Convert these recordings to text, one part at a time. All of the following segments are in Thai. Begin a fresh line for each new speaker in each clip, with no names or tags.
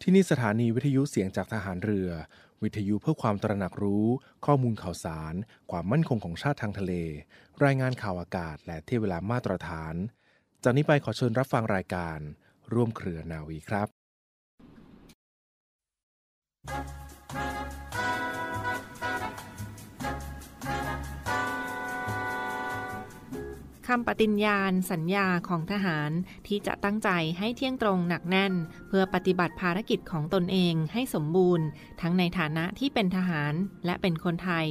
ที่นี่สถานีวิทยุเสียงจากทหารเรือ วิทยุเพื่อความตระหนักรู้ ข้อมูลข่าวสาร ความมั่นคงของชาติทางทะเล รายงานข่าวอากาศ และเที่ยวเวลามาตรฐาน จากนี้ไปขอเชิญรับฟังรายการ ร่วมเครือนาวีครับ
คำปฏิญญาณสัญญาของทหารที่จะตั้งใจให้เที่ยงตรงหนักแน่น เพื่อปฏิบัติภารกิจของตนเองให้สมบูรณ์ ทั้งในฐานะที่เป็นทหารและเป็นคนไทย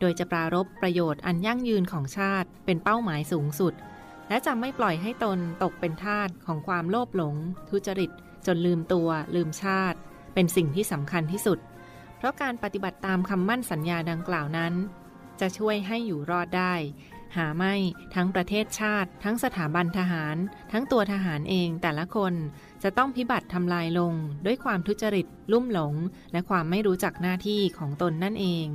โดยจะปรารบประโยชน์อันยั่งยืนของชาติเป็นเป้าหมายสูงสุด และจะไม่ปล่อยให้ตนตกเป็นทาสของความโลภหลง ทุจริต จนลืมตัว ลืมชาติ เป็นสิ่งที่สำคัญที่สุด เพราะการปฏิบัติตามคำมั่นสัญญาดังกล่าวนั้น จะช่วยให้อยู่รอดได้ หาไม่ทั้งประเทศชาติ ทั้งสถาบันทหาร ทั้งตัวทหารเองแต่ละคน จะต้องพิบัติทำลายลง ด้วยความทุจริต ลุ่มหลง และความไม่รู้จักหน้าที่ของตนนั่นเอง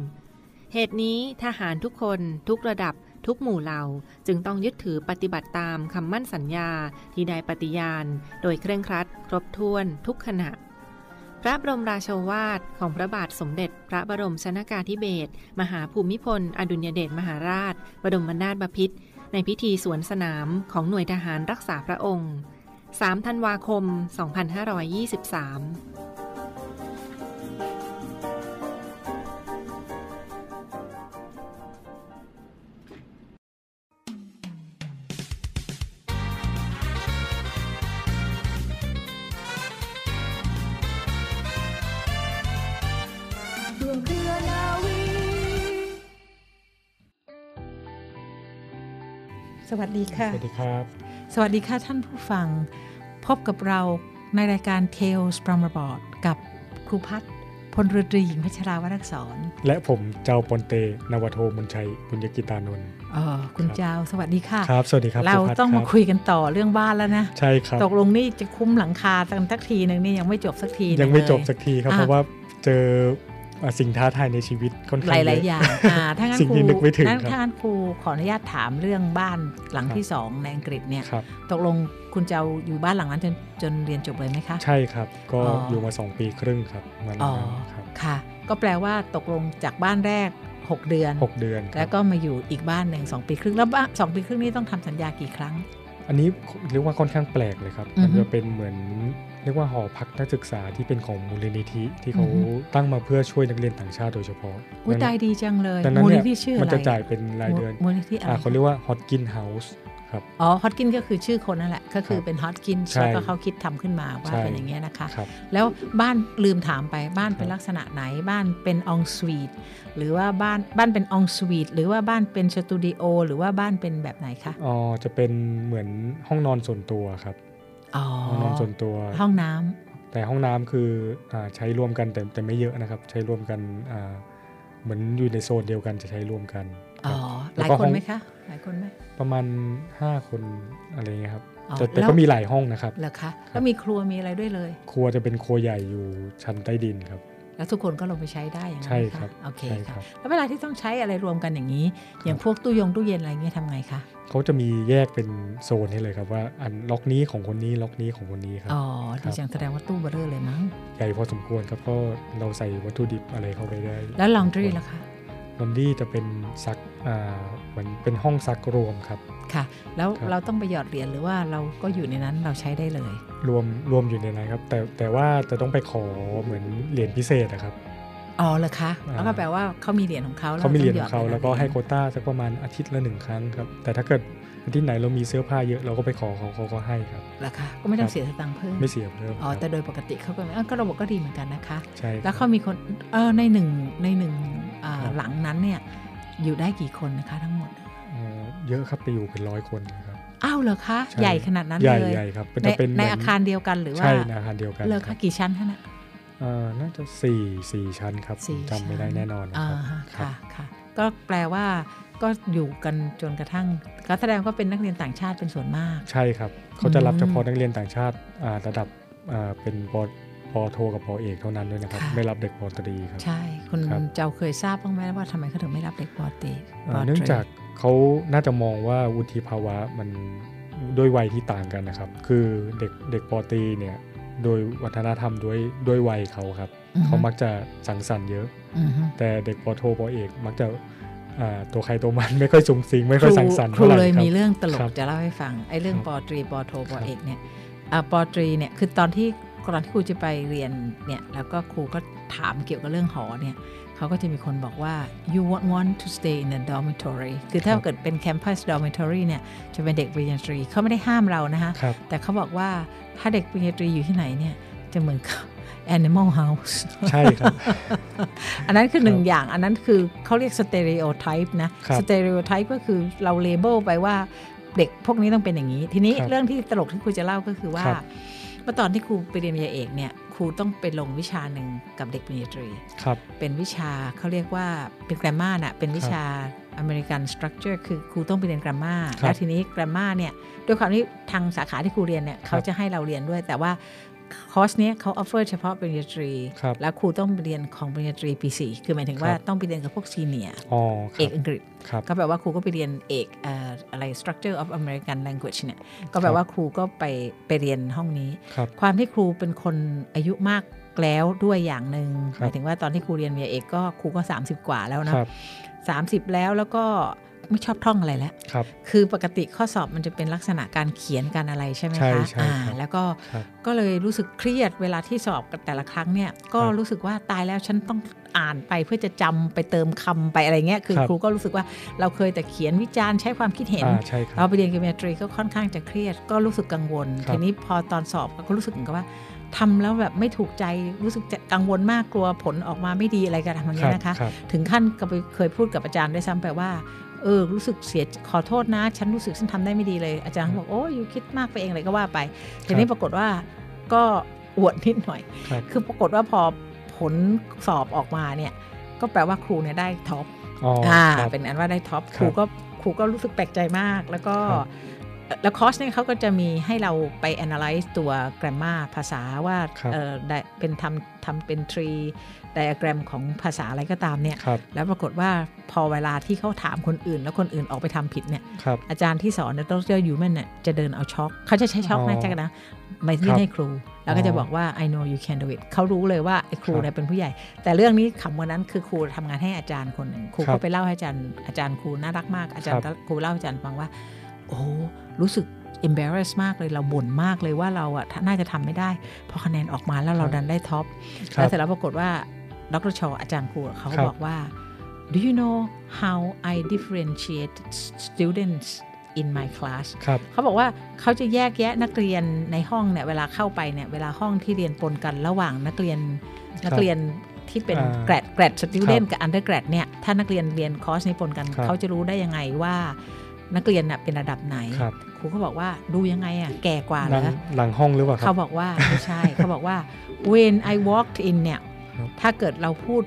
เหตุนี้ทหารทุกคน ทุกระดับ ทุกหมู่เหล่า จึงต้องยึดถือปฏิบัติตามคำมั่นสัญญา ที่ได้ปฏิญาณ โดยเคร่งครัด ครบถ้วน ทุกขณะ พระบรมราโชวาทของพระบาทสมเด็จ พระบรมชนากาธิเบศรมหาภูมิพล อดุลยเดชมหาราช บรมนาถบพิตรในพิธีสวนสนามของหน่วยทหารรักษาพระองค์ 3 ธันวาคม 2523
รวมเครือนาวี
สวัสดีค่ะ
สวัสดีครับ
สวัสดีค่ะท่านผู้ฟัง พบกับเราในรายการ Tales from the Board กับครูพัฒน์พลเรือตรีหญิงพัชราวรักษร
และผมเจ้าปอนเตนวโทมนชัยบุญยกิตานนท์
เอ่อคุณเจ้าสวัสดีค่ะ
ครับ สวัสดีครับ
เรา
สุพัฒน์
ต้องมา
รับ
คุยกันต่อเรื่องบ้านแล้วนะ
ใช่ครับ
ตกลงนี่จะคุ้มหลังคากันสักทีหนึ่งนี่ยังไม่จบสักทีหนึ่
ยังไม่
เล
จบสักทีครับ
อ่ะ
เพราะว่าเจออ่ะสิ่งท้าทายในชีวิตค่อน
ห
ข้างเะ
ลาย ๆ อย่างอ่าถ้างั้น
สิ่ง
ครู
ที่นึกไม่ถึง
งั้น
ครับ
ถ้างั้นครูขออนุญาตถามเรื่องบ้านหลัง
ครับ
ที่สองในอังกฤษเนี่ย
ครับ
ตกลงคุณเจ้าอยู่บ้านหลังนั้นจนจนเรียนจบเลยไหมคะ
ใช่ครับ ก็
อ๋อ
อ
อ
ยู่มา 2 ปีครึ่งครับมา
อ๋
นา
อน
ครับ
ค่ะ ก็แปลว่าตกลงจากบ้านแรก 6 เดือน
หกเดือนครับ
แล้วก็มาอยู่อีกบ้านหนึ่งสองปีครึ่งแล้วบ้านสองปีครึ่งนี่ต้องทำสัญญากี่ครั้ง
อันนี้เรียกว่าค่อนข้างแปลกเลยครับ
อือฮึ
มันจะเป็นเหมือนเรียกว่าหอพักนักศึกษาที่เป็นของมูลนิธิที่เขา
อือฮึ
ตั้งมาเพื่อช่วยนักเรียนต่างชาติโดยเฉพาะ
อุ้ยตายดีจังเลย
ดังนั้น
มูล
เนี่
นิ
ย
ธิชื่ออะไร
มันจะจ่ายเป็นรายเดือน
มูลนิธิอะไร
อ่าเขาเรียกว่าฮอตกินเฮาส์ครับ
อ๋อฮอตกินก็คือชื่อคนนั่นแหละ ก็คือเป็นฮอตกิน
ใช่
แล้วก็เขาคิดทำขึ้นมาว่า
ใช่
เป็นอย่างเงี้ยนะคะ
ครับ
แล้วบ้านลืมถามไปบ้านเป็น
ครับ
ลักษณะไหนบ้านเป็นองสวีทหรือว่าบ้านบ้านเป็นองสวีทหรือว่าบ้านเป็นสตูดิโอหรือว่าบ้านเป็นแบบไหนคะ
อ๋อจะเป็นเหมือนห้องนอนส่วนตัวครับ
อ๋อ
ห้องนอนส่วนตัว
ห้องน้ำ
แต่ห้องน้ำคืออ่าใช้รวมกันแต่แต่ไม่เยอะนะครับ ใช้รวมกันอ่าเหมือนอยู่ในโซนเดียวกันจะใช้รวมกันค
อ๋
รั
อหลาย
บแวก็
คน
อง
ไหมคะ หลายคนไหม
ประมาณ 5 คนอะไรเงี้ยครับ
อ๋อ
แต่แต่
ล้ว
ก็มีหลายห้องนะครับ
เหรอคะ แล้วมีครัวมีอะไรด้วยเลย
ครัวจะเป็นครัวใหญ่อยู่ชั้นใต้ดินครับ
แล้วทุกคนก็ลงไปใช้ได้อย่างนั้
ใช่
นไหม
ครั
คะ
บ
โอเค
ใช่ค
ค่ะ
รับ
แล้วเวลาที่ต้องใช้อะไรรวมกันอย่างนี้ อย่างพวกตู้ยงตู้เย็นอะไรเงี้ยทำไงคะ
เขาจะมีแยกเป็นโซนให้เลยครับว่าอันล็อกนี้ของคนนี้ล็อกนี้ของคนนี้ครับ
อ๋อ
ครั
ดี
บ
จังแสดงว่าตู้เบอร์เรอร์เลยมั้ง
ใหญ่พอสมควรครับก็เราใส่วัตถุดิบอะไรเข้าไปได้
แล้วลองดรี
พสมควร
ล่ะคะ
ลอนดี้จะเป็นซักอ่าเหมือนเป็นห้องซักรวมครับ
ค่ะ แล้ว
ครับ
เราต้องไปหยอดเหรียญหรือว่าเราก็อยู่ในนั้นเราใช้ได้เลย
รวมรวมอยู่ในนั้นครับ แต่แต่ว่าจะต้องไปขอเหมือนเหรียญพิเศษอะครับ
อ๋อเหรอคะ
อ่า
แล้วก็แปลว่าเขามีเหรียญของเขา
เขามีเหรียญ
ต้
ของเขา
ดในนั้น
แล้วก็ให้โควต้าสักประมาณอาทิตย์ละหนึ่งครั้งครับ แต่ถ้าเกิดอาทิตย์ไหนเรามีเสื้อผ้าเยอะเราก็ไปขอเขาเขาก็ให้ครับ
เหรอคะ ก็ไม่ต้อง
ครับ
เสียสตังค์เพิ่ม
ไม่เสียเพิ่ม
อ๋อ
ครับ
แต่โดยปกติเขาก็ไม่เอ้าก็ระบบก็ดีเหมือนกันนะคะ
ใช่ครับ
แล้วเขามีคนเออในหนึ่งในหนึ่งอ่า
ครับ
หลังนั้นเนี่ยอยู่ได้กี่คนนะคะทั้งหมด
เอ่อเยอะครับไปอยู่เป็นร้อยคนนะครับ
อ้าวเหรอคะ
ใช่
ใหญ่ขนาดนั้น
ใหญ่
เลย
ใหญ่ครับ
ใน
จะเป็น
ใน
เหมื
อาคารเดียวกันหรือว่า
ใช่ในอาคารเดียวกัน
เลย
รั
คะ
บ
กี่ชั้นคะน่ะ
เอ่อน่าจะสี่สี่ชั้นครับ
สี่
จำไม่ได้
ชั้
แน่นอนนะ
อ่า
ค
ฮะ
รับรับ
ค่ะค่ะ ก็แปลว่าก็อยู่กันจนกระทั่งก็แสดงว่าเป็นนักเรียนต่างชาติเป็นส่วนมาก
ใช่ครับ เขาจะรับ
อืม
เฉพาะนักเรียนต่างชาติอ่าระดับอ่าเป็นปอปอโทกับปอเอกเท่านั้นด้วยนะครับ
ค่ะ
ไม่รับเด็กปอตรีครับ
ใช่คุณ
ครับ
เจ้าเคยทราบบ้างไหมว่าทำไมเขาถึงไม่รับเด็กปอตรีปต
อ่า
รี
เนื่องจากเขาน่าจะมองว่าวุฒิภาวะมันด้วยวัยที่ต่างกันนะครับ คือเด็กเด็กปอตรีเนี่ย โดยวัฒนธรรมด้วยด้วยวัยเขาครับ
อือฮึ
เขามักจะสังสรรค์เยอะ
อือฮึ
แต่เด็กปอโทปอเอก มักจะอ่าตัวใครตัวมัน ไม่ค่อยสูงสิงไม่ค่อยสังสรรค์
ครู
เท่าไหร่
เลย
ครั
มี
บ
เรื่องตล
ค
ก
รับ
จะเล่าให้ฟังไอ้เรื่อง
ครับ
ปอตรีปอโทปอ
ครับ
เอกเนี่ยอ่าปอตรีเนี่ยคือตอนที่ก่อนที่ครูจะไปเรียนเนี่ยแล้วก็ครูก็ถามเกี่ยวกับเรื่องหอเนี่ยเขาก็จะมีคนบอกว่า you won't want to stay in a dormitory คือถ้าเกิดเป็น campus dormitory เนี่ยจะเป็นเด็กปริญญาตรีเขาไม่ได้ห้ามเรานะคะ
ครับ
แต่เขาบอกว่าถ้าเด็กปริญญาตรีอยู่ที่ไหนเนี่ยจะเหมือนกับ Animal House
ใช่ครับ
อันนั้นคือหนึ่ง
ครับ
อย่างอันนั้นคือเขาเรียก stereotype นะ
ครับ
stereotype ก็คือเราเลเบลไปว่าเด็กพวกนี้ต้องเป็นอย่างนี้ ทีนี้
ครับ
เรื่องที่ตลกที่ครูจะเล่าก็คือว่า
ครับ
เมื่อตอนที่ครูไปเรียนปริญญาเอกเนี่ยครูต้องไปลงวิชาหนึ่งกับเด็กปริญญาตรี
ครับ
เป็นวิชาเขาเรียกว่าเป็นแกรมมาน่ะเป็นวิชาอเมริกันสตรั t เจอร์คือครูต้องไปเรียนแกรมมา
ครับ
แล้วทีนี้แกรมมาเนี่ยด้วยความที่ทางสาขาที่ครูเรียนเนี่ยเขาจะให้เราเรียนด้วย แต่ว่าคอร์สเนี้ยเขาออฟเฟอร์เฉพาะปริญญาตรี
ครับ
แล้วครูต้องไปเรียนของปริญญาตรีปีสี่คือหมายถึงว่า
ครับ
ต้องไปเรียนกับพวกซีเนีย
อ๋อค
เอ
รับ
กอังกฤษ
ครับ
ก็แปลว่าครูก็ไปเรียนเอกเอ่ออะไร structure of American language เนี่ยก็แปล
ครับ
ว่าครูก็ไปไปเรียนห้องนี้
ครับ
ความที่ครูเป็นคนอายุมากแล้วด้วยอย่างหนึ่ง
ครั
ห
บ
มายถึงว่าตอนที่ครูเรียนเมียเอกก็ครูก็ 30 กว่าแล้ว
ค
นะ
รับ
สามสิบแล้วแล้วก็ไม่ชอบท่องอะไรแล้ว
ครับ
คือปกติข้อสอบมันจะเป็นลักษณะการเขียนการอะไรใช่ไหม
ใช่
คะ
ใช่
อ่า
ครับ
แล้วก็
ครับ
ก็เลยรู้สึกเครียดเวลาที่สอบแต่ละครั้งเนี่ยก็
ครับ
รู้สึกว่าตายแล้วฉันต้องอ่านไปเพื่อจะจำไปเติมคำไปอะไรเงี้ยคือ
ครับ
ครูก็รู้สึกว่าเราเคยแต่เขียนวิจารณ์ใช้ความคิดเห็น
อ่าใช่ค
เรา
รับ
ไปเรียนกิเมตรีก็ค่อนข้างจะเครียดก็รู้สึกกังวล
ครับ
ทีนี้พอตอนสอบก็รู้สึกเหมือนกับว่าทำแล้วแบบไม่ถูกใจรู้สึกจะกังวลมากกลัวผลออกมาไม่ดีอะไรกันทำอย่าง
ครั
เงี้
บ
ยนะคะ
ครับ
ถึงขั้นก็ไปเคยพูดกับอาจารย์ด้วยซ้ำไปว่าเออรู้สึกเสียขอโทษนะ ฉันรู้สึกฉันทำได้ไม่ดีเลยอาจารย์ก็บอกโอ้ยอยู่คิดมากไปเองอะไรก็ว่าไป ทีนี้ปรากฏว่าก็อวดนิดหน่อย
ครับ
คือปรากฏว่าพอผลสอบออกมาเนี่ยก็แปลว่าครูเนี่ยได้ท็อป
อ๋อ
อ่า
ครับ
เป็นอันว่าได้ท็อป
ค
ครับ รูก็ครูก็รู้สึกแปลกใจมาก แล้วก็
ครั
เ
บ
อ่อแล้วคอร์สเนี่ยเขาก็จะมีให้เราไป analyze ตัว grammar ภาษาว่า
ครับ
เอ่อได้เป็นทำทำเป็น tree diagram ของภาษาอะไรก็ตามเนี่ย
ครับ
แล้วปรากฏว่าพอเวลาที่เขาถามคนอื่น แล้วคนอื่นออกไปทำผิดเนี่ย
ครับ
อาจารย์ที่สอนดรยูแมนเนี่ยจะเดินเอาช็อกเขาจะใช้ช็อก
อ๋อ
แม่จักนะมายื่
ครับ
นให้ครู แล้วก็จะ
อ๋อ
บอกว่า I know you can do it เขารู้เลยว่าไอ้ครู
ครับ
เนี่ยเป็นผู้ใหญ่ แต่เรื่องนี้ขำกว่านั้นคือครูทำงานให้อาจารย์คนหนึ่งครู
ครั
ก็
บ
ไปเล่าให้อาจารย์อาจารย์ครูน่ารักมากอาจารย์
ครับ
ครูเล่าให้อาจารย์ฟังว่า โอ้โหรู้สึก embarrass มากเลยเราบ่นมากเลยว่าเราอ่ะน่าจะทำไม่ได้ พอคะแนนออกมาแล้วเราดันได้ท็อป
ค
แล้
รั
ว
บ
เสร็จแล้วปรากฏว่าดรชออาจารย์ครูเขาก็
ครับ
บอกว่า do you know how I differentiate students in my class
ครับ
เขาบอกว่าเขาจะแยกแยะนักเรียนในห้องเนี่ยเวลาเข้าไปเนี่ยเวลาห้องที่เรียนปนกันระหว่างนักเรียน
ครับ
นักเรียนที่เป็น
อ่า
แกรดแกรดสติวเดนกับอันเดอร์แกรดเนี่ยถ้านักเรียนเรียนคอร์สนี้ปนกัน
ครับ
เขาจะรู้ได้ยังไงว่านักเรียนน่ะเป็นระดับไหน
ครับ
ครูก็บอกว่าดูยังไงอ่ะแก่กว่าเหร
หลัง
อ
หลังห้องหรือเปล่าค
เขา
รับ
บอกว่า ไม่ใช่ เขาบอกว่า when I walked in เนี่ย
ครับ
ถ้าเกิดเราพูด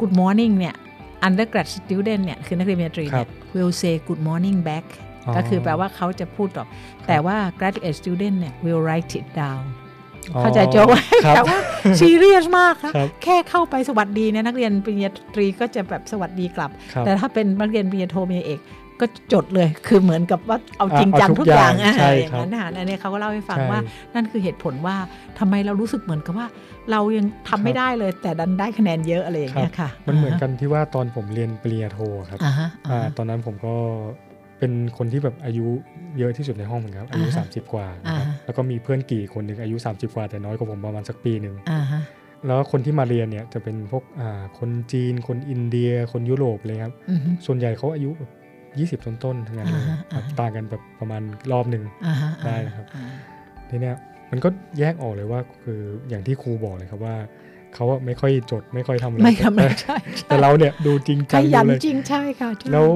good morning เนี่ย undergrad student เนี่ย คือนักเรียนปริญญาตรี
ครั
เนี่ย
บ
will say good morning back
อ๋อ
ก็คือแปลว่าเขาจะพูดตอบ แต่ว่า graduate student เนี่ย will write it down เข้าใจโจว่า
ครับ
แต่ว่าซีเรียสมากนะครับ แค่เข้าไปสวัสดีเนี่ยนักเรียนปริญญาตรีก็จะแบบสวัสดีกลับ
ครับ
แต่ถ้าเป็นนักเรียนปริญญาโทปริญญาเอก ก็จดเลย คือเหมือนกับว่าเอาจริง
อ่ะ
จัง
เอาทุ
ทุ
ก
กอย่าง
อย่าง
อะ
ใช่
อย่าง
ครับ
นั้นนะอันนี้เขาก็เล่าให้ฟัง
ใช่
ว่า นั่นคือเหตุผลว่าทำไมเรารู้สึกเหมือนกับว่า เรายังทำไม่ได้เลย แต่ดันได้คะแนนเยอะอะไรอย่างเงี้ย
รับ
ค่ะ
มันเหมือนกันที่ว่าตอนผมเรียนปริญญาโทครับ
อ่าฮะอ่า
อ่า
ฮะ
ตอนนั้นผมก็เป็นคนที่แบบอายุเยอะที่สุดในห้องเหมือนกันครับอายุ
อ่าฮะ
30 กว่านะครับ
อ่าฮะ
แล้วก็มีเพื่อนกี่คนหนึ่งอายุ 30 กว่าแต่น้อยกว่าผมประมาณสักปีหนึ่ง
อ่าฮะ
แล้วคนที่มาเรียนเนี่ยจะเป็นพวกอ่าคนจีน คนอินเดีย คนยุโรปเลยครับ
อือฮึ
ส่วนใหญ่เขาอายุแบบยี่สิบต้นต้นๆทั้งนั้นเลย
อ่าฮะ
ครับ
อ่าฮะ
ต่างกันแบบประมาณรอบหนึ่ง
อ่าฮะ
ได้นะครับ
อ่า
ทีเนี้ยมันก็แยกออกเลยว่าคืออย่างที่ครูบอกเลยครับว่าเขาอะไม่ค่อยจดไม่ค่อยทำอะไร
ไม่ท ำอะไร
แต่
ใช่
แต่เราเนี่ยดูจริง
ข
จัง
ยัน
เลย
จริงใช่ค่ะใช่
แล้ว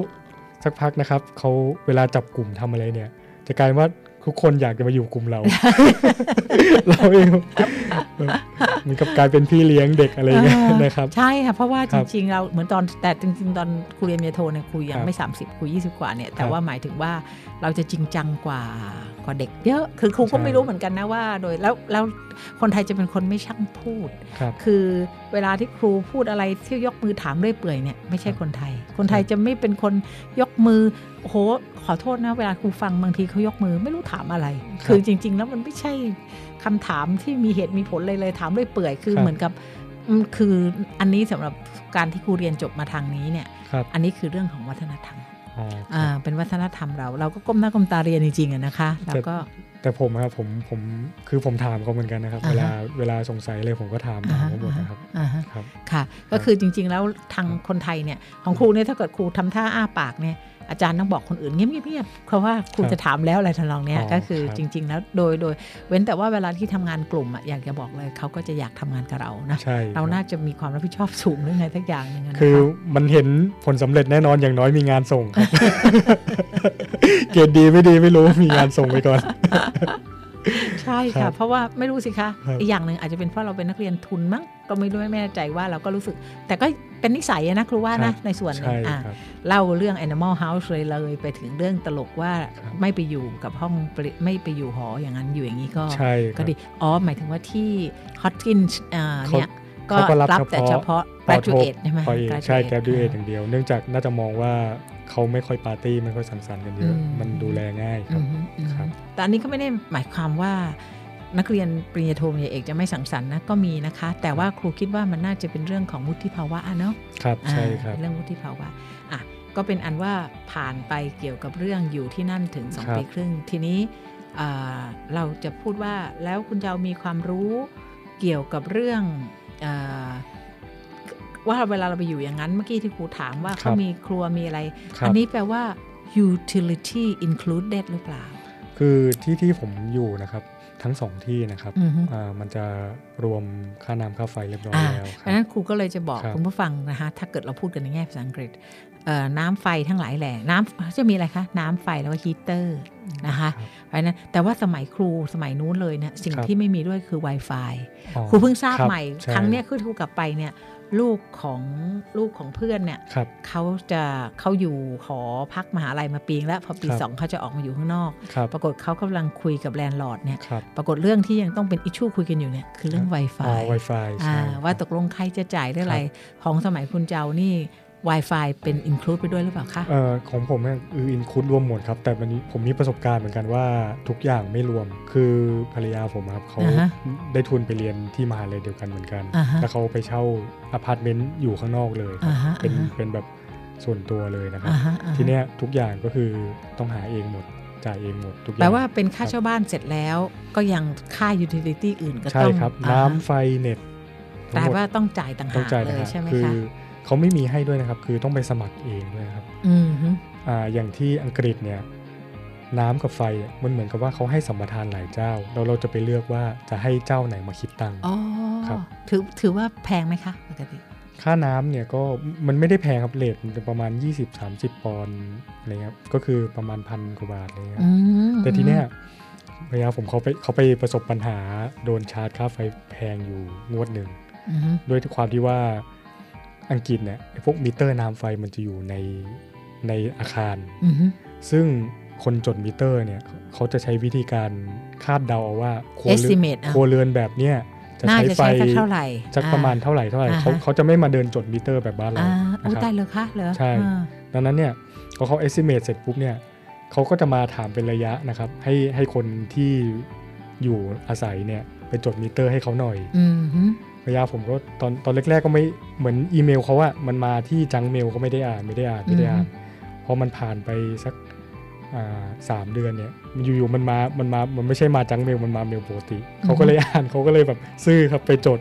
สักพักนะครับเขาเวลาจับกลุ่มทำอะไรเนี่ย จะกลายว่าทุกคนอยากจะมาอยู่กลุ่ม เรา เราเองแบบเหมันกับกลายเป็นพี่เลี้ยงเด็กอะไรอย่างเงี้ยนะครับ
ใช่ค่ะ เพราะว่า
ค
จ
รับ
ริงๆ เราเหมือนตอนแต่จริง ๆ ตอนครูเรียนเมโทเนี่ยครูยั
ค
ง
รับ
ไม่ 30ครู20 กว่าเนี่ย แต่
ครับ
ว่าหมายถึงว่า เราจะจริงจังกว่ากว่าเด็กเยอะ คือครูก็
ใช่
ไม่รู้เหมือนกันนะว่า โดยแล้วแล้วคนไทยจะเป็นคนไม่ช่างพูด
ครับ
คือเวลาที่ครูพูดอะไรที่ยกมือถามเรื่อยเปื่อยเนี่ยไม่ใช่คนไทย คนไทยจะไม่เป็นคนยกมือโอ้โหขอโทษนะ เวลาครูฟังบางทีเขายกมือไม่รู้ถามอะไร
ครับ
คือจริง ๆ แล้วมันไม่ใช่คำถามที่มีเหตุมีผลเลยเลยถามเรื่อยเปื่อยคือ
ครับ
เหมือนกับอืมคืออันนี้สำหรับการที่ครูเรียนจบมาทางนี้เนี่ย
ครับ
อันนี้คือเรื่องของวัฒนธรรม
อ๋ออ
อ่าเป็นวัฒนธรรมเรา เราก็ก้มหน้าก้มตาเรียนจริงๆอะนะคะแล้วก็
แต่ผมครับผมผมคือผมถามเขาเหมือนกันนะครับ
อ่าฮะ
เวลาเวลาสงสัยเลยผมก็ถามถามเขาหมดนะครับ
อ่าฮะ
ครับ
ค่ะ ก็คือจริงๆ แล้วทางคนไทยเนี่ยของครูเนี่ยถ้าเกิดครูทำท่าอ้าปากเนี่ยอาจารย์ต้องบอกคนอื่นเงียบๆเพราะว่าครู
ครับ
จะถามแล้วอะไรทำนองเนี้ย
อ๋อ
ก็คือ
ครับ
จริง ๆ แล้วโดยโดยเว้นแต่ว่าเวลาที่ทำงานกลุ่มอะอยากจะบอกเลยเขาก็จะอยากทำงานกับเรานะ
ใช่
เรา
ครับ
น่าจะมีความรับผิดชอบสูงหรือไงสักอย่างหนึงะนะะ
คือมันเห็นผลสำเร็จแน่นอนอย่างน้อยมีงานส่ง ครับ เกรดดีไม่ดีไม่รู้มีงานส่งไปก่อน
ใช่
ครั
ค่ะ
บ
เพราะว่าไม่รู้สิคะ
ครับ
อีกอย่างหนึ่งอาจจะเป็นเพราะเราเป็นนักเรียนทุนมั้งก็ไม่รู้ไม่แน่ใจว่าเราก็รู้สึก แต่ก็เป็นนิสัยอะนะครูว่า
ครั
นะ
บ
ในส่วนหนึ่
ใช่
งอ่ะ
ครับ
เล่าเรื่อง Animal House เลยเลยไปถึงเรื่องตลกว่า
ครับ
ไม่ไปอยู่กับห้องปริไม่ไปอยู่หออย่างนั้นอยู่อย่างนี้ก็
ใช่
ก็
ครับ
ดี อ๋อ หมายถึงว่าที่ Hotkins อ่า
เขา
เนี่ยก็
เขาก็รับ
รับแต่เฉ
เฉ
พาะ
พาะ
graduate ใช่ไหม
พอเองใช่
graduate
แกรดูเอทอย่างเดียว เนื่องจากน่าจะมองว่าเขาไม่ค่อยปาร์ตี้ไม่ค่อยสังสรรค์กันเยอะ
อืม
มันดูแลง่ายค
อื
รับ
มฮึอืม
ค
ฮึ
รับ
แต่อันนี้ก็ไม่ได้หมายความว่า นักเรียนปริญญาโทปริญญาเอกจะไม่สังสรรค์นะก็มีนะคะ แต่ว่าครูคิดว่ามันน่าจะเป็นเรื่องของวุฒิภาวะอะเนาะ
ครับ
อ่า
ใช่ครับ
เรื่องวุฒิภาวะอ่ะก็เป็นอันว่าผ่านไปเกี่ยวกับเรื่องอยู่ที่นั่นถึง
ครั
2
บ
ปีครึ่ง ทีนี้อ่าเราจะพูดว่าแล้วคุณเจ้ามีความรู้เกี่ยวกับเรื่องอาว่าเวลาเราไปอยู่อย่างนั้นเมื่อกี้ที่ครูถามว่า
ครับ
เขามีครัวมีอะไร
ค
อั
รับ
นี้แปลว่า utility included หรือเปล่า
คือที่ที่ผมอยู่นะครับ ทั้งสองที่นะครับ
อือฮึ
อ่ามันจะรวมค่าน้ำค่าไฟเรียบร้อย
อ่า
แล้วค
เพ
รั
ราะฉะนั้
บ
นครูก็เลยจะบอก
ครับ
คุณผู้ฟังนะคะถ้าเกิดเราพูดกันในแง่ภาษาอังกฤษเอ่อน้ำไฟทั้งหลายแหล่น้ำจะมีอะไรคะ น้ำไฟแล้วก็ฮีตเตอร์นะคะ
ครับ
เพราะฉะนั้นแต่ว่าสมัยครูสมัยนู้นเลยเนี่ยสิ่ง
ครับ
ที่ไม่มีด้วยคือ Wi-Fi
อ๋อ
ครูเพิ่งทราบ
คบ
ใหม่
ช่
ครั้งเนี้ยคือครูกลับไปเนี่ยลูกของลูกของเพื่อนเนี่ย
ครับ
เขาจะเขาอยู่หอพักมหาลัยมาปีนึงแล้วพอปี
ครับ
สองเขาจะออกมาอยู่ข้างนอก
ครับ
ปรากฏเขากำลังคุยกับแลนด์ลอร์ดเนี่ย
ครับ
ปรากฏเรื่องที่ยังต้องเป็นอิชชูคุยกันอยู่เนี่ยคือเรื่อง
อ๋อ
Wi-Fi
Wi-Fi ใช่
อ่าว่าตกลงใครจะจ่ายเรื่องอะไร ของสมัยคุณเจ้านี่ Wi-Fi เป็น include ไปด้วยหรือเปล่าคะ
เอ่อของผมเนี่ยคืออินคุดรวมหมดครับ แต่มันผมมีประสบการณ์เหมือนกันว่าทุกอย่างไม่รวมคือภรรยาผมครับเขา
อ่าฮะ
ได้ทุนไปเรียนที่มหาลัยเดียวกันเหมือนกัน
อ่าฮะ
แล้วเขาไปเช่าอพาร์ตเมนต์อยู่ข้างนอกเลยครับ
อ่าฮะ
เป็น
อ่าฮะ
เป็นแบบส่วนตัวเลยนะครับ
อ่าฮะอ่าฮะ
ทีเนี้ยทุกอย่างก็คือต้องหาเองหมดจ่ายเองหมดทุกอย่าง
แปลว่าเป็นค่าเช่าบ้านเสร็จแล้ว ก็ยังค่า utility อื่นก็
ใช่
ต้อง
ครับ
อ่า
น้ำ
ฮะ
ไฟเน็ต
แปลว่าต้องจ่ายต่าง
ต้อ
หาง ก
จ่าย
เล
นะ
ย
ฮะ
ใช่ไหม
คือ
คะ
เขาไม่มีให้ด้วยนะครับ คือต้องไปสมัครเองด้วยนะครับ
อืมฮึ
อ่าอย่างที่อังกฤษเนี่ยน้ำกับไฟอ่ะมันเหมือนกับว่าเขาให้สัมปทานหลายเจ้า เราเราจะไปเลือกว่าจะให้เจ้าไหนมาคิดตังค์
อ๋อ
ครับ
ถือถือว่าแพงไหมคะปกติ
ค่าน้ำเนี่ยก็มันไม่ได้แพงครับเลทมันจะประมาณ 20-30 ปอนด์อะไรเงี้ยครับก็คือประมาณพันกว่าบาทอะไรเงี้ยค
อื
รับ
ม
แต่ทีเนี้ยภรรยาผมเขาไปเขาไปประสบปัญหาโดนชาร์จค่าไฟแพงอยู่งวดหนึ่ง
อืมฮึ
ด้วยความที่ว่าอังกฤษเนี่ยไอ้พวกมิเตอร์น้ำไฟมันจะอยู่ในในอาคาร
อืมฮึ
ซึ่งคนจดมิเตอร์เนี่ยเขาจะใช้วิธีการคาดเดาเอาว่าครัวเรือน
Estimate เอา
ครัวเรือนแบบเนี้ยจะ
น่า
ใช้
จะ
ไฟ
ใช้สักเท่าไหร่
สักประมาณ
อ่
เท่าไหร่เท่าไหร่
อ่าฮะ
เขาเขาจะไม่มาเดินจดมิเตอร์แบบบ้านเรา
อ่า
นะ
อู้
ค
ตา
รั
ย
บ
เลยคะเหรอ
ใช่
อ่า
ดังนั้นเนี่ยพอเขา estimate เสร็จปุ๊บเนี่ยเขาก็จะมาถามเป็นระยะนะครับ ให้ให้คนที่อยู่อาศัยเนี่ยไปจดมิเตอร์ให้เขาหน่อย
อืมฮึ
พยาผมก็ตอนตอนแรกๆก็ไม่เหมือนอีเมลเขาอะมันมาที่จังเมลก็ไม่ได้อ่านไม่ได้อ่านไม่ได้อ่านพอมันผ่านไปสักอ่าสามเดือนเนี่ยมันอยู่ๆมันมามันมามันไม่ใช่มาจังเมลมันมาเมลปกติ
ม
เขาก็เลยอ่านเขาก็เลยแบบซื่อครับไปจด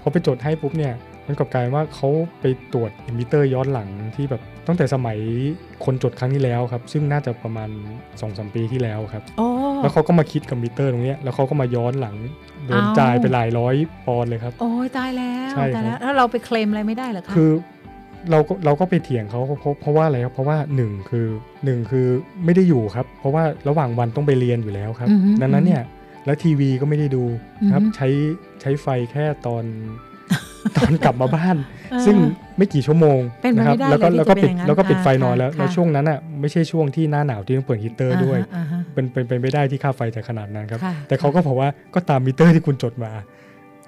พอไปจดให้ปุ๊บเนี่ยมันกลับกลายว่าเขาไปตรวจมิเตอร์ย้อนหลังที่แบบตั้งแต่สมัยคนจดครั้งที่แล้วครับ ซึ่งน่าจะประมาณ2อสปีที่แล้วครับ
โอ้
แล้วเขาก็มาคิดกับมิเตอร์ตรงเนี้ยแล้วเขาก็มาย้อนหลังโดน
อ้าว
จ่ายไปหลายร้อยปอนด์เลยครับ
โอ้ยตายแล้ว
ใช่
ตาย
ครั
แล้ว
บ
แล้วเราไปเคลมอะไรไม่ได้เหรอคะ
คือเราก็เราก็ไปเถียงเขาเพราะเพราะเพราะว่าอะไรครับเพราะว่าหนึ่งคือหนึ่งคือไม่ได้อยู่ครับ เพราะว่าระหว่างวันต้องไปเรียนอยู่แล้วครับ
อือฮึ
ดังนั้นเนี่ยแล้วทีวีก็ไม่ได้ดูครับ
อือฮึ
ใช้ใช้ไฟแค่ตอน ตอนกลับมาบ้าน
เออ
ซึ่งไม่กี่ชั่วโมง
เป็นไปไม่
นะครั
ได้
แล้วก็
เลยที่
แล้วก็
จะเป็น
ปิด
อย่างนั้นค่ะ
แล้วก็ปิดไฟนอนแล้ว
ค่ะ
แล้วช่วงนั้นอ่ะไม่ใช่ช่วงที่หน้าหนาวที่ต้องเปิดฮีตเตอร์ด้วย
อ่าฮะ
เป็นเป็นเป็นไม่ได้ที่ค่าไฟจะขนาดนั้นครับ
ค่ะ
แต่เขาก็บอกว่าก็ตามมิเตอร์ที่คุณจดมา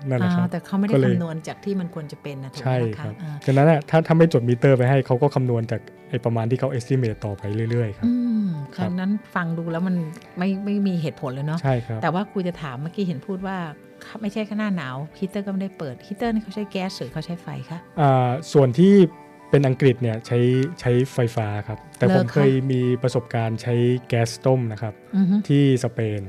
นั่นแห
อ่า
ละ
ฮะ
ค
อ่า
รับ
แต่เขาไม่ได้
ก็เลย
คำนวณจากที่มันควรจะเป็นนะถูกไหม
ใช่
ล่ะ
ค
คะ
รับ
อ่า
ดังนั้นอ่ะถ้าถ้าไม่จดมิเตอร์ไปให้เขาก็คำนวณจากไอ้ประมาณที่เขา estimate ต่อไปเรื่อยๆครับ
อืม
ครับ
ดังนั้นฟังดูแล้วมันไม่ไม่มีเหตุผลเลยเนาะ
ใช่ครับ
แต่ว่าครูจะถามเมื่อกี้เห็นพูดว่าไม่ใช่แค่หน้าหนาวฮีเตอร์ก็ไม่ได้เปิดฮีเตอร์นี่เขาใช้แก๊สหรือเขาใช้ไฟคะ
อ่าส่วนที่เป็นอังกฤษเนี่ยใช้ใช้ไฟฟ้าครับ แต่
เหรอ
ผม
คะ
เคยมีประสบการณ์ใช้แก๊สต้มนะครับ
อือฮึ
ที่สเปน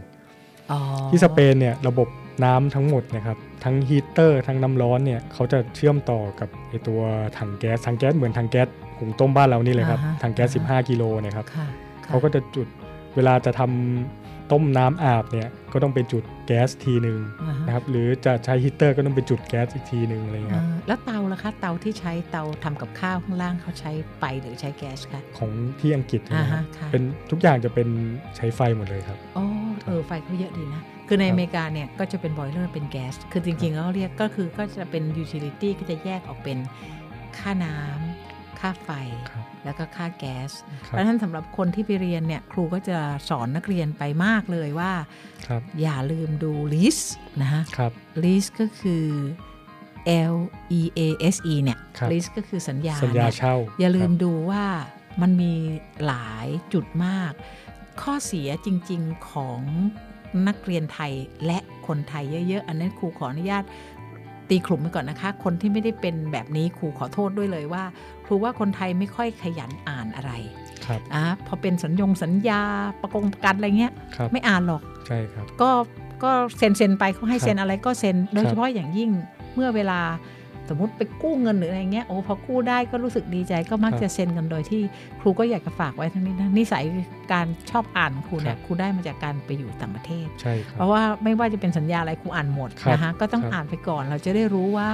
อ๋อ
ที่สเปนเนี่ยระบบน้ำทั้งหมดนะครับทั้งฮีเตอร์ทั้งน้ำร้อนเนี่ยเขาจะเชื่อมต่อกับไอตัวถังแก๊สถังแก๊สเหมือนถังแก๊สหุงต้มบ้านเรานี่เลยครับ
าฮะ
ถังแก๊ส
อ่าฮะ
15 กิโลเนะครับ
ค่ะค่
เขาก็จะจุดเวลาจะทำต้มน้ำอาบเนี่ยก็ต้องไปจุดแก๊สทีหนึ่ง
อ่าฮะ
นะครับหรือจะใช้ฮีเตอร์ก็ต้องไปจุดแก๊สอีกทีหนึ่งอะไรเงี้ยครับ
อ่าแล้วเตาล่ะคะเตาที่ใช้เตาทำกับข้าวข้างล่างเขาใช้ไฟหรือใช้แก๊สคะ
ของที่อังกฤษนะครั
อ่า
บ
ฮะค่ะ
เป็นทุกอย่างจะเป็นใช้ไฟหมดเลยครับ
อ๋อเออไฟเขาเยอะดีนะ คือใน
ครับ
อเมริกาเนี่ยก็จะเป็นบอยเลอร์เป็นแก๊ส คือจริงๆแล้วเรียกก็คือก็จะเป็นยูทิลิตี้ก็จะแยกออกเป็นค่าน้ำค่าไฟ
ครับ
แล้วก็ค่าแก๊ส
ค
เพ
รับ
ราะฉะนั้นสำหรับคนที่ไปเรียนเนี่ยครูก็จะสอนนักเรียนไปมากเลยว่า
ครับ
อย่าลืมดูลิสต์นะฮะ
ครับ
ลิสก็คือ L E A S E เนี่ย
ครับ
ลิสก็คือสัญญา
สัญญา
เนี่ย
เช่า
อย่าลืม
ครับ
ดูว่ามันมีหลายจุดมาก ข้อเสียจริงๆของนักเรียนไทยและคนไทยเยอะๆ อันนั้นครูขออนุญาตตีขลุ่มไปก่อนนะคะ คนที่ไม่ได้เป็นแบบนี้ครูขอโทษด้วยเลยว่า ครูว่าคนไทยไม่ค่อยขยันอ่านอะไร
ครับ
อ่ะพอเป็นสัญญงสัญญาประกงประกันอะไรเงี้ย
ครับ
ไม่อ่านหรอก
ใช่ครับ
ก็ก็เซ็นเซ็นไปเขาให้
ครับ
เซ็นอะไรก็เซ็นโดย
ครับ
เฉพาะอย่างยิ่งเมื่อเวลาสมมติไปกู้เงินหรืออะไรเงี้ยโอ้พอกู้ได้ก็รู้สึกดีใจก็มัก
ครับ
จะเซ็นกันโดยที่ครูก็อยากจะฝากไว้ทั้งนี้นะนิสัยการชอบอ่านของครูเนี่ย
ครับ
ครูได้มาจากการไปอยู่ต่างประเทศ
ใช่ครั
เพ
บ
ราะว่าไม่ว่าจะเป็นสัญญาอะไรครูอ่านหมด
ครับ
นะคะก็ต้อง
ครับ
อ่านไปก่อนเราจะได้รู้ว่า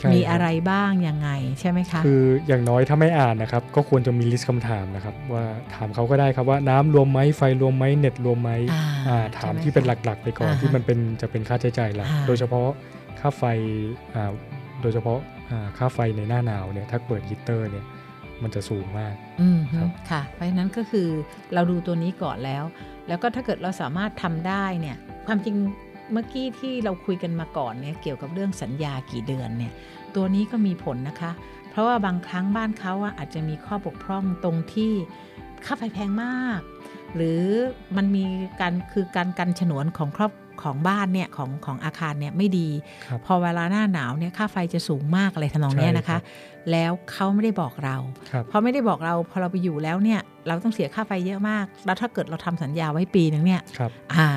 ใช่คบ
มีอะไรบ้างยังไงใช่ไหมคะ
คืออย่างน้อยถ้าไม่อ่านนะครับ ก็ควรจะมีลิสต์คำถามนะครับ ว่าถามเขาก็ได้ครับว่าน้ำรวมไหมไฟรวมไหมเน็ตรวมไหม
อ่า
อ่าถามที่เป็นหลักๆ ไปก่อน
อ่าฮะ
ที่มันเป็นจะเป็นค่าใช้จ่ายหลัก
อ่า
โดยเฉพาะค่าไฟอ่าโดยเฉพาะอ่าค่าไฟในหน้าหนาวเนี่ยถ้าเปิดฮีเตอร์เนี่ยมันจะสูงมาก
อืม
ครับ
ค่ะ เพราะฉะนั้นก็คือเราดูตัวนี้ก่อนแล้ว แล้วก็ถ้าเกิดเราสามารถทำได้เนี่ย ความจริงเมื่อกี้ที่เราคุยกันมาก่อนเนี่ยเกี่ยวกับเรื่องสัญญากี่เดือนเนี่ย ตัวนี้ก็มีผลนะคะ เพราะว่าบางครั้งบ้านเขาอะอาจจะมีข้อบกพร่องตรงที่ค่าไฟแพงมาก หรือมันมีการคือการกันฉนวนของครอบของบ้านเนี่ยของของอาคารเนี่ยไม่ดี
ครับ
พอเวลาหน้าหนาวเนี่ยค่าไฟจะสูงมากอะไรทำนองเนี้ยนะคะ
ใช่
แล้วเขาไม่ได้บอกเรา
ครับ
พอไม่ได้บอกเราพอเราไปอยู่แล้วเนี่ย เราต้องเสียค่าไฟเยอะมาก แล้วถ้าเกิดเราทำสัญญาไว้ปีหนึ่งเนี่ย
ครับ
อ่า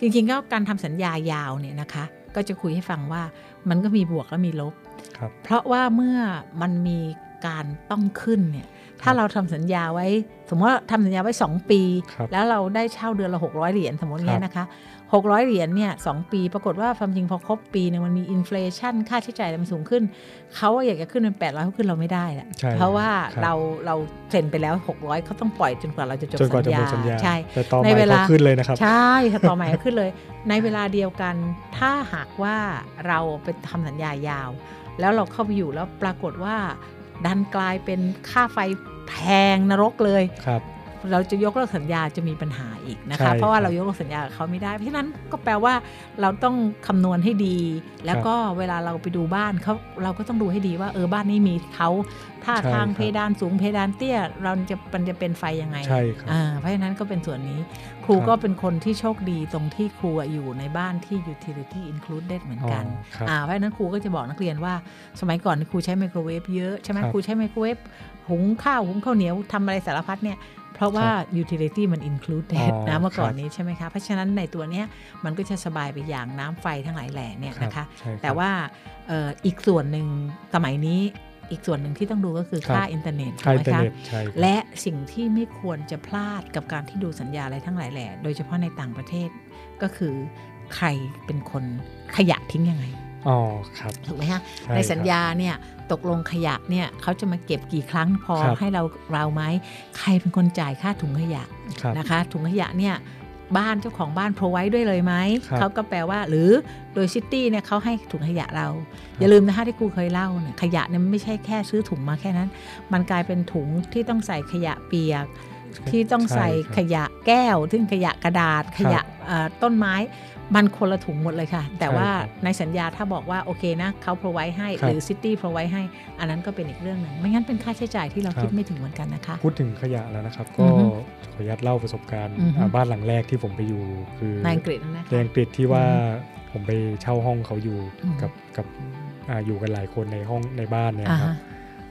จริงๆก็การทำสัญญายาวเนี่ยนะคะ ก็จะคุยให้ฟังว่ามันก็มีบวกและมีลบ
ครับ
เพราะว่าเมื่อมันมีการต้องขึ้นเนี่ย ถ้าเราทำสัญญาไว้ สมมติว่าทำสัญญาไว้ 2 ปี
ครับ
แล้วเราได้เช่าเดือนละ 600 เหรียญสมมติ
ครั
เงี้
บ
ยนะคะ 600 เหรียญเนี่ยสองปี ปรากฏว่าความจริงพอครบปีเนี่ยมันมีอินฟลชันค่าใช้จ่ายมันสูงขึ้น เขาอยากจะขึ้นเป็น800เขาขึ้นเราไม่ได้แหละ
ใช่
เพราะว่า
ครับ
เราเราเซ็นไปแล้ว 600เขาต้องปล่อยจนกว่าเราจะจบ
จนกว่าจะหมดสัญญา
ใช่
แต่ต่อให
ใน
ม่
เว
ก็
ลา
ขึ้นเลยนะครับ
ใช่ค่ะต่อใหม่ก็ขึ้นเลย ในเวลาเดียวกัน ถ้าหากว่าเราไปทำสัญญายาว แล้วเราเข้าไปอยู่แล้วปรากฏว่า ดันกลายเป็นค่าไฟแพงนรกเลย
ครับ
เราจะยกเลิกสัญญาจะมีปัญหาอีกนะ
ใช่
คะ เพราะว่า
ครับ
เรายกเลิกสัญญากับเขาไม่ได้ เพราะฉะนั้นก็แปลว่าเราต้องคำนวณให้ดี แล้วก็เวลาเราไปดูบ้านเขาเราก็ต้องดูให้ดีว่าเออบ้านนี้มีเขาถ้า
ใช่
ทาง
ครับ
เพดานสูงเพดานเตี้ย เราจะมันจะเป็นไฟยังไง
ใช่ครับ
อ่าเพราะฉะนั้นก็เป็นส่วนนี้ ครู
ครับ
ก็เป็นคนที่โชคดีตรงที่ครูอะอยู่ในบ้านที่ utility included เหมือน
อ๋อ
กัน
ครับ
อ่าเพราะฉะนั้นครูก็จะบอกนักเรียนว่าสมัยก่อนครูใช้ไมโครเวฟเยอะใช่ไหม
ครับ
ครูใช้ไมโครเวฟหุงข้าวหุงข้าวเหนียวทำอะไรสารพัดเนี่ย เพราะว่า utility มัน included
อ๋อ
นะเมื่อก่อน
ครับ
นี้ใช่ไหมคะเพราะฉะนั้นในตัวเนี้ยมันก็จะสบายไปอย่างน้ำไฟทั้งหลายแหล่เนี่ย
รับ
นะคะ
ใช่ครับ
แต่ว่าเอ่ออีกส่วนหนึ่งสมัยนี้อีกส่วนหนึ่งที่ต้องดูก็คือ
ครับ
ค่าอินเทอร์เน็ต
ค่า
ถูก
อิ
ไหม
นเท
คะ
อร์เน็ตใช่ครับ
และสิ่งที่ไม่ควรจะพลาดกับการที่ดูสัญญาอะไรทั้งหลายแหล่โดยเฉพาะในต่างประเทศก็คือใครเป็นคนขยะทิ้งยังไง
อ๋อครับ
ถูกไหมฮะ
ช่
ในสัญญาเนี่ยตกลงขยะเนี่ยเขาจะมาเก็บกี่ครั้งพอ
ครับ
ให้เราเราไหมใครเป็นคนจ่ายค่าถุงขยะ
ครับ
นะคะ ถุงขยะเนี่ย บ้านเจ้าของบ้านพรไว้ด้วยเลยไหม
ครับ
เขาก็แปลว่าหรือโดยซิตี้เนี่ยเขาให้ถุงขยะเรา อย่าลืมนะคะที่ครูเคยเล่าเนี่ยขยะเนี่ยมันไม่ใช่แค่ซื้อถุงมาแค่นั้น มันกลายเป็นถุงที่ต้องใส่ขยะเปียก ที่ต้องใส่ขยะแก้วซึ่งขยะกระดาษ ขยะเอ่อต้นไม้ มันคนละถุงหมดเลยค่ะ แต่
ใช่
ว่า
ครับ
ในสัญญาถ้าบอกว่าโอเคนะเขาพรไว้ให้
ครับ
หรือซิตี้พรไว้ให้ อันนั้นก็เป็นอีกเรื่องหนึ่งไม่งั้นเป็นค่าใช้จ่ายที่เรา
ครับ
คิดไม่ถึงเหมือนกันนะคะ
พูดถึงขยะแล้วนะครับ ก็
อือฮึ
ขออนุญาตเล่าประสบการณ์
อือฮึ
อ่าบ้านหลังแรกที่ผมไปอยู่คือ
ในอังกฤษนะคะ
ในอังกฤษที่ว่าผมไปเช่าห้องเขาอยู่
อืม
กับกับอ่าอยู่กันหลายคนในห้องในบ้านเนี่ย
อ่า
ครับ
ฮะ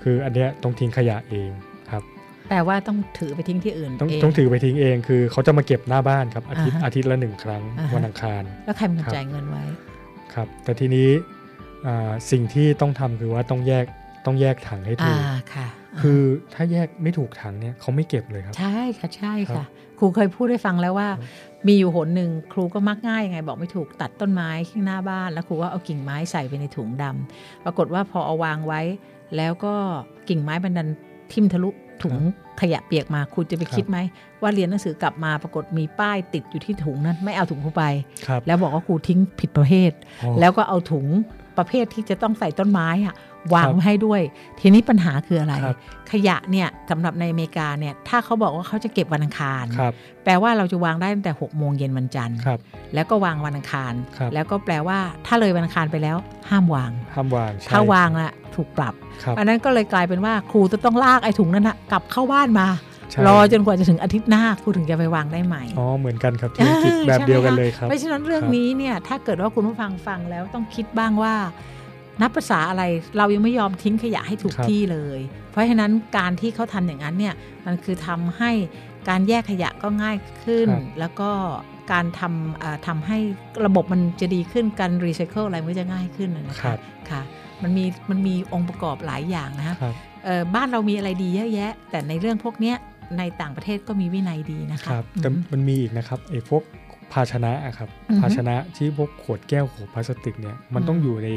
คืออันเนี้ยต้องทิ้งขยะเองครับ
แปลว่าต้องถือไปทิ้งที่อื่น
ต้อง
เอง
ต้องถือไปทิ้งเองคือเขาจะมาเก็บหน้าบ้านครับอาทิตย์
อ่าฮะ
อาทิตย์ละหนึ่งครั้ง
อ่าฮะ
วันอังคาร
แล้วใครเป็นคนจ่ายเงินไว้
ครับ แต่ทีนี้อ่าสิ่งที่ต้องทำคือว่าต้องแยกต้องแยกถังให้ถู
อ่าก ค่ะ
คือถ้าแยกไม่ถูกถังเนี่ยเขาไม่เก็บเลยครับ
ใช่ค่ะใช่
ครั
ค่ะ
บ
ครูเคยพูดให้ฟังแล้วว่า
ครับ
มีอยู่หนหนึ่งครูก็มักง่ายยังไง บอกไม่ถูกตัดต้นไม้ข้างหน้าบ้าน แล้วครูว่าเอากิ่งไม้ใส่ไปในถุงดำปรากฏว่าพอเอาวางไว้ แล้วก็กิ่งไม้บันดันทิ่มทะลุถุงขยะเปียกมาครูจะไป
ครับ
คิดไหมว่าเรียนหนังสือกลับมาปรากฏมีป้ายติดอยู่ที่ถุงนั้นไม่เอาถุงครูไป
ครับ
แล้วบอกว่าครูทิ้งผิดประเภท
อ๋อ
แล้วก็เอาถุงประเภทที่จะต้องใส่ต้นไม้อะวาง
ครับ
ไว้ให้ด้วย ทีนี้ปัญหาคืออะไร
ครับ
ขยะเนี่ยสำหรับในอเมริกาเนี่ยถ้าเขาบอกว่าเขาจะเก็บวันอังคาร
ครับ
แปลว่าเราจะวางได้ตั้งแต่6โมงเย็นวันจันทร์
ครับ
แล้วก็วางวันอังคาร
ครับ
แล้วก็แปลว่าถ้าเลยวันอังคารไปแล้ว ห้ามวาง
ห้ามวางใช่
ถ้าวางละถูกปรับ
ครับ
อันนั้นก็เลยกลายเป็นว่าครูจะต้องลากไอ้ถุงนั้นนะกลับเข้าบ้านมา
ใช่
รอจนกว่าจะถึงอาทิตย์หน้าครูถึงจะไปวางได้ใหม่
อ๋อเหมือนกันครับที่อังกฤษ
เออ
แบบเดียวกัน
ใช่ไหมคะ
เลยครับ
เพราะฉะนั้นเรื่อง
ครับ
นี้เนี่ยถ้าเกิดว่าคุณผู้ฟังฟังแล้วต้องคิดบ้างว่า นับภาษาอะไรเรายังไม่ยอมทิ้งขยะให้ถูก
ครับ
ที่เลย เพราะฉะนั้นการที่เขาทำอย่างนั้นเนี่ยมันคือทำให้การแยกขยะก็ง่ายขึ้น
ครับ
แล้วก็การทำเอ่อทำให้ระบบมันจะดีขึ้นการรีไซเคิลอะไรมันก็จะง่ายขึ้นนะนะ
ค
คะ
รับ
ค่ะมันมีมันมีองค์ประกอบหลายอย่างนะฮะ
ครับ
เอ่อบ้านเรามีอะไรดีเยอะแยะ แต่ในเรื่องพวกเนี้ยในต่างประเทศก็มีวินัยดีนะคะ
ครับแต่
อืม
มันมีอีกนะครับไอ้พวกภาชนะอะครับ
อือฮึ
ภาชนะที่พวกขวดแก้วขวดพลาสติกเนี่ยมัน
อืม
ต้องอยู่ใน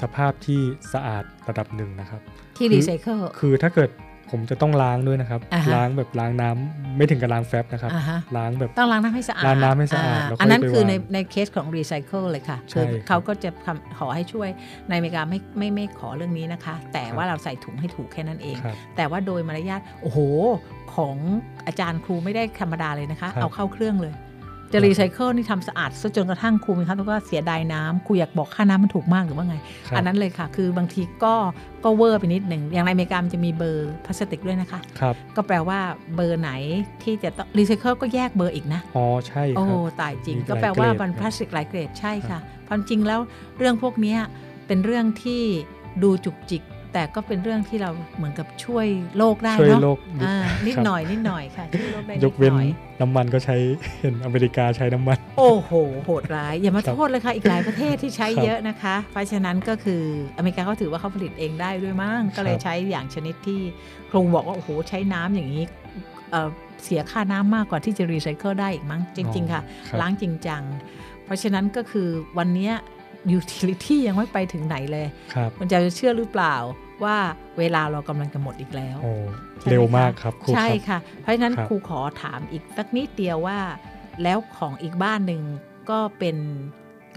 สภาพที่สะอาดระดับหนึ่งนะครับ
ที่
คือ
รีไซเคิล
คือถ้าเกิดผมจะต้องล้างด้วยนะครับ
อ่าฮะ
ล้างแบบล้างน้ำไม่ถึงกับล้างแฟบนะครับ
อ่าฮะ
ล้างแบบ
ต้องล้างน้ำให้สะอาด
ล้างน้ำให้สะอาดแล้วค่อย
อันนั้น
ไป
คือ
วาง
ในในเคสของรีไซเคิลเลยค่ะ
ใช่
คือ
ครับ
เขาก็จะทำขอให้ช่วยในอเมริกาไม่ไม่ไม่ขอเรื่องนี้นะคะ แต่
ครับ
ว่าเราใส่ถุงให้ถูกแค่นั้นเอง
ครับ
แต่ว่าโดยมารยาทโอ้โห ของอาจารย์ครูไม่ได้ธรรมดาเลยนะคะ
ครับ
เอาเข้าเครื่องเลย จะ
ครับ
รีไซเคิลนี่ทำสะอาดซะจนกระทั่งครูมีครับว่าเสียดายน้ำครูอยากบอกค่าน้ำมันถูกมากหรือว่าไง
ครับ
อันนั้นเลยค่ะ คือบางทีก็ก็เวอร์ไปนิดหนึ่งอย่างในอเมริกามันจะมีเบอร์พลาสติกด้วยนะคะ
ครับ
ก็แปลว่าเบอร์ไหนที่จะต้องรีไซเคิลก็แยกเบอร์อีกนะ
อ๋อใช่
โอ้
ครับ
ตายจริง
มีหลาย
ก็แปลว่า
เกรด
มัน
ครับ
พลาสติกหลายเกรดใช่ค่ะความจริงแล้วเรื่องพวกเนี้ยเป็นเรื่องที่ดูจุกจิก แต่ก็เป็นเรื่องที่เราเหมือนกับช่วยโลกได้
ช่วย
เนาะ
โลกนิด
อ่านิด
ครับ
หน่อยนิดหน่อยค่ะช่วยโลกได้
ย
นิ
ก
ด
เว้น
หน่อย
น้ำมันก็ใช้ เห็นอเมริกาใช้น้ำมัน
โอ้โหโหดร้าย อย่ามา
ครับ
โทษเลยค่ะอีกหลายประเทศที่ใช้
ครับ
เยอะนะคะ เพราะฉะนั้นก็คืออเมริกาเขาถือว่าเขาผลิตเองได้ด้วยมั้งก็เล
ค
ย
รับ
ใช้อย่างชนิดที่ครูบอกว่าโอ้โหใช้น้ำอย่างนี้เอ่อเสียค่าน้ำมากกว่าที่จะรีไซเคิลได้อีกมั้งจริง ๆค่ะ
ครับ
ล้างจริงจัง เพราะฉะนั้นก็คือวันเนี้ยูทิลิตี้ยังไม่ไปถึงไหนเลย
ครับ
คุณจะเชื่อหรือเปล่าว่าเวลาเรากำลังจะหมดอีกแล้ว
โอ้
ใช่ไหมคะ
เร็วมากครับครู
ใช่
ครับ
ค่ะ เพราะฉะนั้น
ครับ
ครูขอถามอีกสักนิดเดียวว่า แล้วของอีกบ้านหนึ่งก็เป็น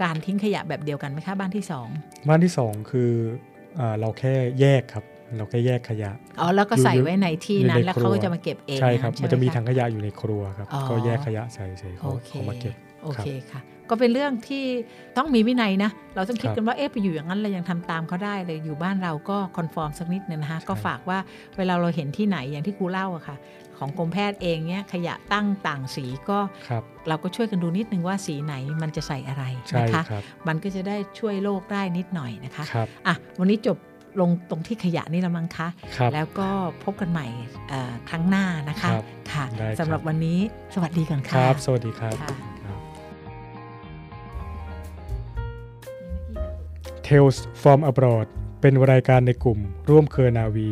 การทิ้งขยะแบบเดียวกันไหมคะบ้านที่สอง
บ้านที่สองคืออ่าเราแค่แยกครับ เราแค่แยกขยะ
อ๋อแล้วก็ใส่ไว้ในที่นั้น
อยู่ใน
แล้ว
ครัว
เขาก็จะมาเก็บเอง
ใช่ครับ
ใช่ไห
มันจะมี
ค
ถังขยะอยู่ในครัวครับ
อ๋อ
ก็แยกขยะใส่ใส่เขา
โอเค
เขามาเก็บ
โอเคค่ะ ก็เป็นเรื่องที่ต้องมีวินัยนะ เราต้องคิด
ครับ
กันว่าเอ๊ะไปอยู่อย่างนั้นเรายังทำตามเขาได้เลยอยู่บ้านเราก็คอนฟอร์มสักนิดนึงนะคะ
ใช่
ก็ฝากว่าเวลาเราเห็นที่ไหนอย่างที่ครูเล่าอะค่ะ ของกรมแพทย์เองเนี่ยขยะตั้งต่างสีก็
ครับ
เราก็ช่วยกันดูนิดนึงว่าสีไหนมันจะใส่อะไร
ใช่
นะคะ
ครับ
มันก็จะได้ช่วยโลกได้นิดหน่อยนะคะ
ครับ
อ่ะวันนี้จบลงตรงที่ขยะนี่ละมั้งคะ
ครับ
แล้วก็พบกันใหม่เอ่อครั้งหน้านะคะ
ครับ
ค่ะ
ได้ครับ
สำหรับวันนี้สวัสดีกัน
ค
ค่ะ
รับ สวัสดีครับ
ค่ะ
ครับ Tales from abroad เป็นรายการในกลุ่มร่วมเครือนาวี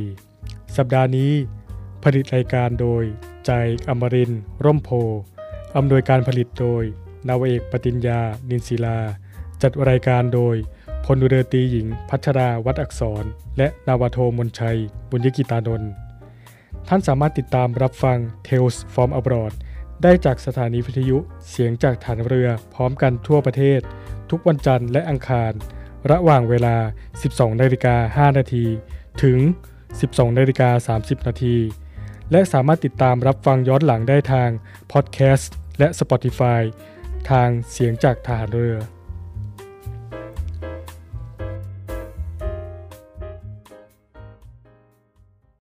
สัปดาห์นี้ ผลิตรายการโดย ใจอมรินทร์ร่มโพธิ์อำนวยการผลิตโดย นาวาเอกปติญญา นินศิลา จัดรายการโดยพลเรือตรีหญิง พัชราวัดอักษร และนาวาโทมนชัย บุญยกิตานนท์ท่านสามารถติดตามรับฟัง Tales from abroad ได้จากสถานีวิทยุเสียงจากฐานเรือพร้อมกันทั่วประเทศ ทุกวันจันทร์และอังคาร ระหว่างเวลา 12นาฬิกา5นาทีถึง 12นาฬิกา30นาทีและสามารถติดตามรับฟังย้อนหลังได้ทางพอดแคสต์และ Spotify ทางเสียงจากฐานเรือ